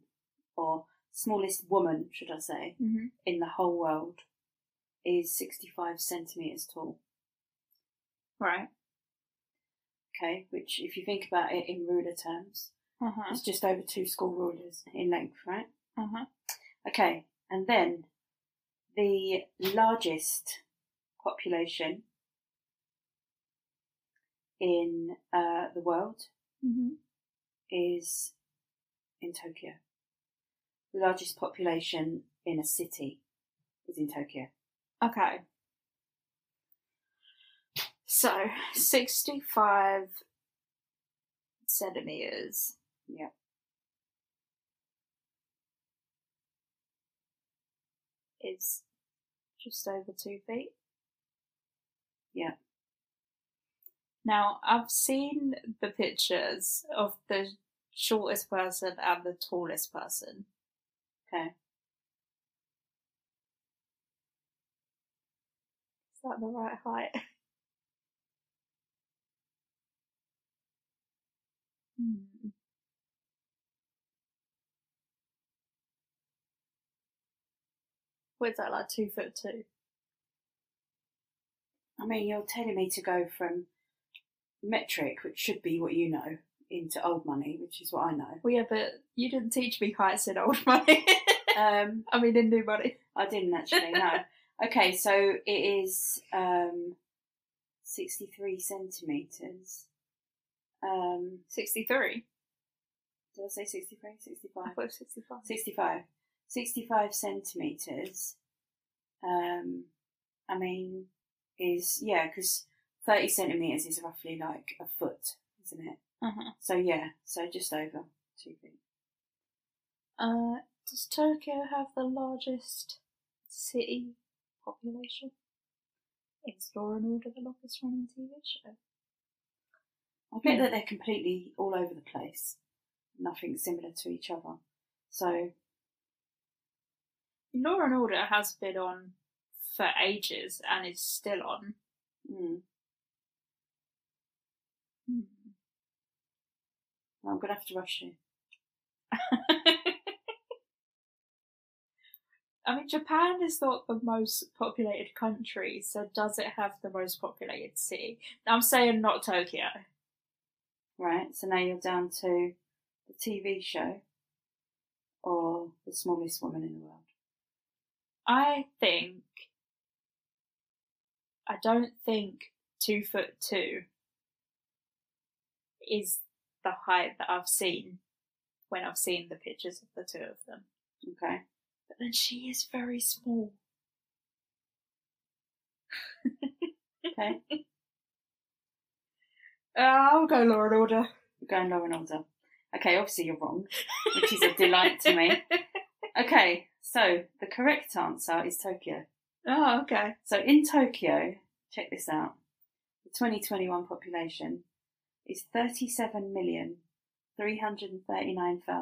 S2: or smallest woman, should I say,
S1: Mm-hmm.
S2: in the whole world is 65 centimetres tall.
S1: Right.
S2: UK, which, if you think about it in ruler terms,
S1: Uh-huh.
S2: it's just over two school rulers in length, right?
S1: Uh-huh.
S2: Okay, and then the largest population in uh, the world
S1: hmm
S2: is in Tokyo. The largest population in a city is in Tokyo.
S1: Okay. So, 65 centimetres.
S2: Yeah.
S1: Is just over two feet.
S2: Yeah.
S1: Now, I've seen the pictures of the shortest person and the tallest person.
S2: Okay.
S1: Is that the right height? Hmm. What is that, like two foot two?
S2: I mean, you're telling me to go from metric, which should be what you know, into old money, which is what I know.
S1: Well, yeah, but you didn't teach me heights in old money.
S2: Um,
S1: I mean, in new money.
S2: I didn't actually know. Okay, so it is um, 63 centimetres. Um,
S1: 63.
S2: did I say 63? 65?
S1: I thought it was 65.
S2: 65. 65 centimetres. Um, I mean, is, yeah, because 30 centimetres is roughly like a foot, isn't it?
S1: Uh-huh.
S2: So yeah, so just over two feet.
S1: Uh, does Tokyo have the largest city population? Is Law and Order the longest running TV show?
S2: I bet that they're completely all over the place, nothing similar to each other. So
S1: Law and Order has been on for ages and is still on.
S2: mm, I'm gonna have to rush you.
S1: I mean, Japan is not the most populated country, so does it have the most populated city? I'm saying not Tokyo.
S2: Right, so now you're down to the TV show or the smallest woman in the world.
S1: I think. I don't think two foot two is the height that I've seen when I've seen the pictures of the two of them.
S2: Okay,
S1: But then she is very small.
S2: okay,
S1: Uh, I'll go Law and Order.
S2: we're going lower and older. Okay, obviously you're wrong, which is a delight to me. Okay, so the correct answer is Tokyo.
S1: Oh, okay.
S2: So in Tokyo, check this out. The 2021 population is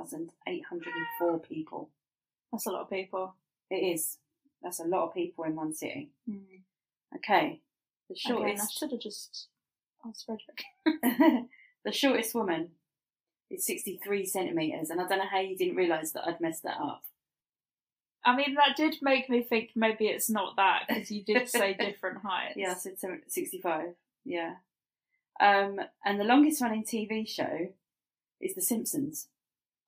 S2: 37,339,804 people.
S1: That's a lot of people.
S2: It is. That's a lot of people in one city.
S1: Mm.
S2: Okay. The
S1: Again, I
S2: shortest
S1: should have just asked Frederick.
S2: the shortest woman is 63 centimeters and I don't know how you didn't realize that I'd messed that up.
S1: I mean, that did make me think maybe it's not that because you did say different heights.
S2: Yeah, I said seven- 65. Yeah. Um and the longest running TV show is The Simpsons.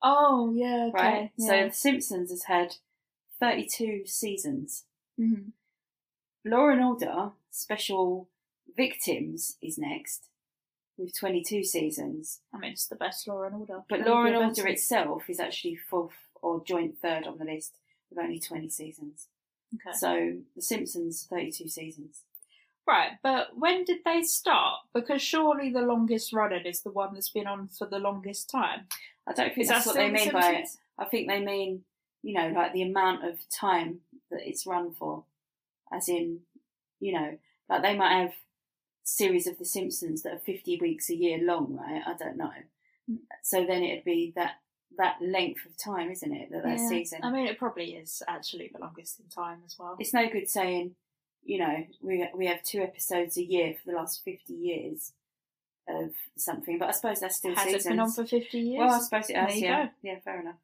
S1: Oh, yeah. Okay.
S2: right? So
S1: Yeah.
S2: The Simpsons has had 32 seasons.
S1: Mhm.
S2: Law and Order Special Victims is next with 22 seasons.
S1: I mean, it's the best Law and Order.
S2: But
S1: One
S2: Law
S1: of
S2: and
S1: the
S2: Order
S1: best.
S2: itself is actually fourth or joint third on the list with only 20 seasons.
S1: Okay.
S2: So The Simpsons, 32 seasons.
S1: Right, but when did they start? Because surely the longest running is the one that's been on for the longest time.
S2: I don't think
S1: Is
S2: that's
S1: that
S2: what they mean
S1: still The
S2: by it.
S1: Simpsons?
S2: I think they mean, you know, like the amount of time that it's run for. As in, you know, like they might have series of The Simpsons that are 50 weeks a year long, right? I don't know.
S1: Mm.
S2: So then it'd be that that length of time, isn't it, that that
S1: Yeah.
S2: season.
S1: I mean, it probably is actually the longest in time as well.
S2: it's no good saying, you know, we we have two episodes a year for the last 50 years of something, but I suppose that's still
S1: Has
S2: seasons.
S1: it been on for 50 years?
S2: Well, I suppose it
S1: There
S2: has.
S1: you
S2: Yeah,
S1: go.
S2: yeah, fair enough.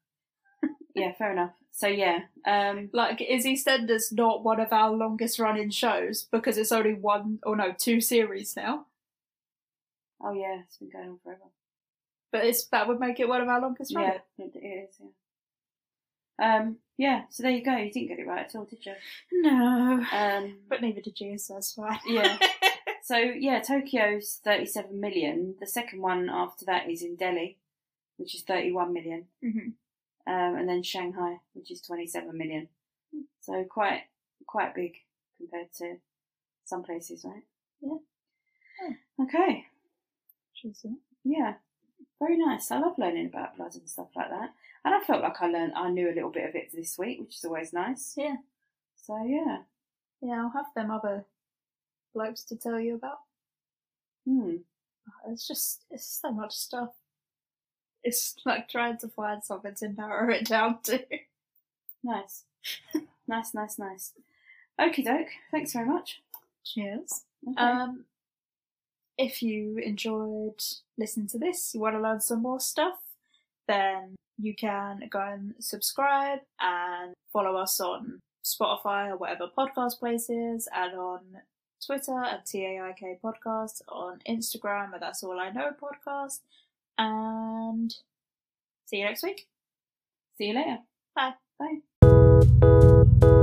S2: yeah, fair enough. So yeah, um,
S1: like, is EastEnders not one of our oh longest running shows because it's only one or no, two series now?
S2: Oh yeah, it's been going on forever.
S1: But it's that would make it one of our longest
S2: yeah,
S1: running.
S2: it, it is. Yeah. Um. Yeah. So there you go. You didn't get it right at all, did you?
S1: No.
S2: Um.
S1: But neither did you, so that's fine.
S2: yeah. So yeah, Tokyo's thirty-seven million. The second one after that is in Delhi, which is thirty-one million,
S1: Mhm.
S2: um, and then Shanghai, which is twenty-seven million. So quite quite big compared to some places, right?
S1: Yeah.
S2: Okay.
S1: Which is-
S2: Yeah. Very nice. I love learning about blood and stuff like that. And I felt like I learned, I knew a little bit of it this week, which is always nice.
S1: Yeah.
S2: So yeah.
S1: Yeah, I'll have them other blokes to tell you about.
S2: Hmm.
S1: It's just it's so much stuff. It's like trying to find something to narrow it down to.
S2: Nice. nice, nice, nice. Okie doke. Thanks very much.
S1: Cheers.
S2: Okay.
S1: Um, if you enjoyed listening to this, you want to learn some more stuff, then you can go and subscribe and follow us on Spotify or whatever podcast places, and on Twitter at TAIK Podcast, on Instagram at That's All I Know Podcast, and see you next week.
S2: See you later.
S1: Bye.
S2: Bye.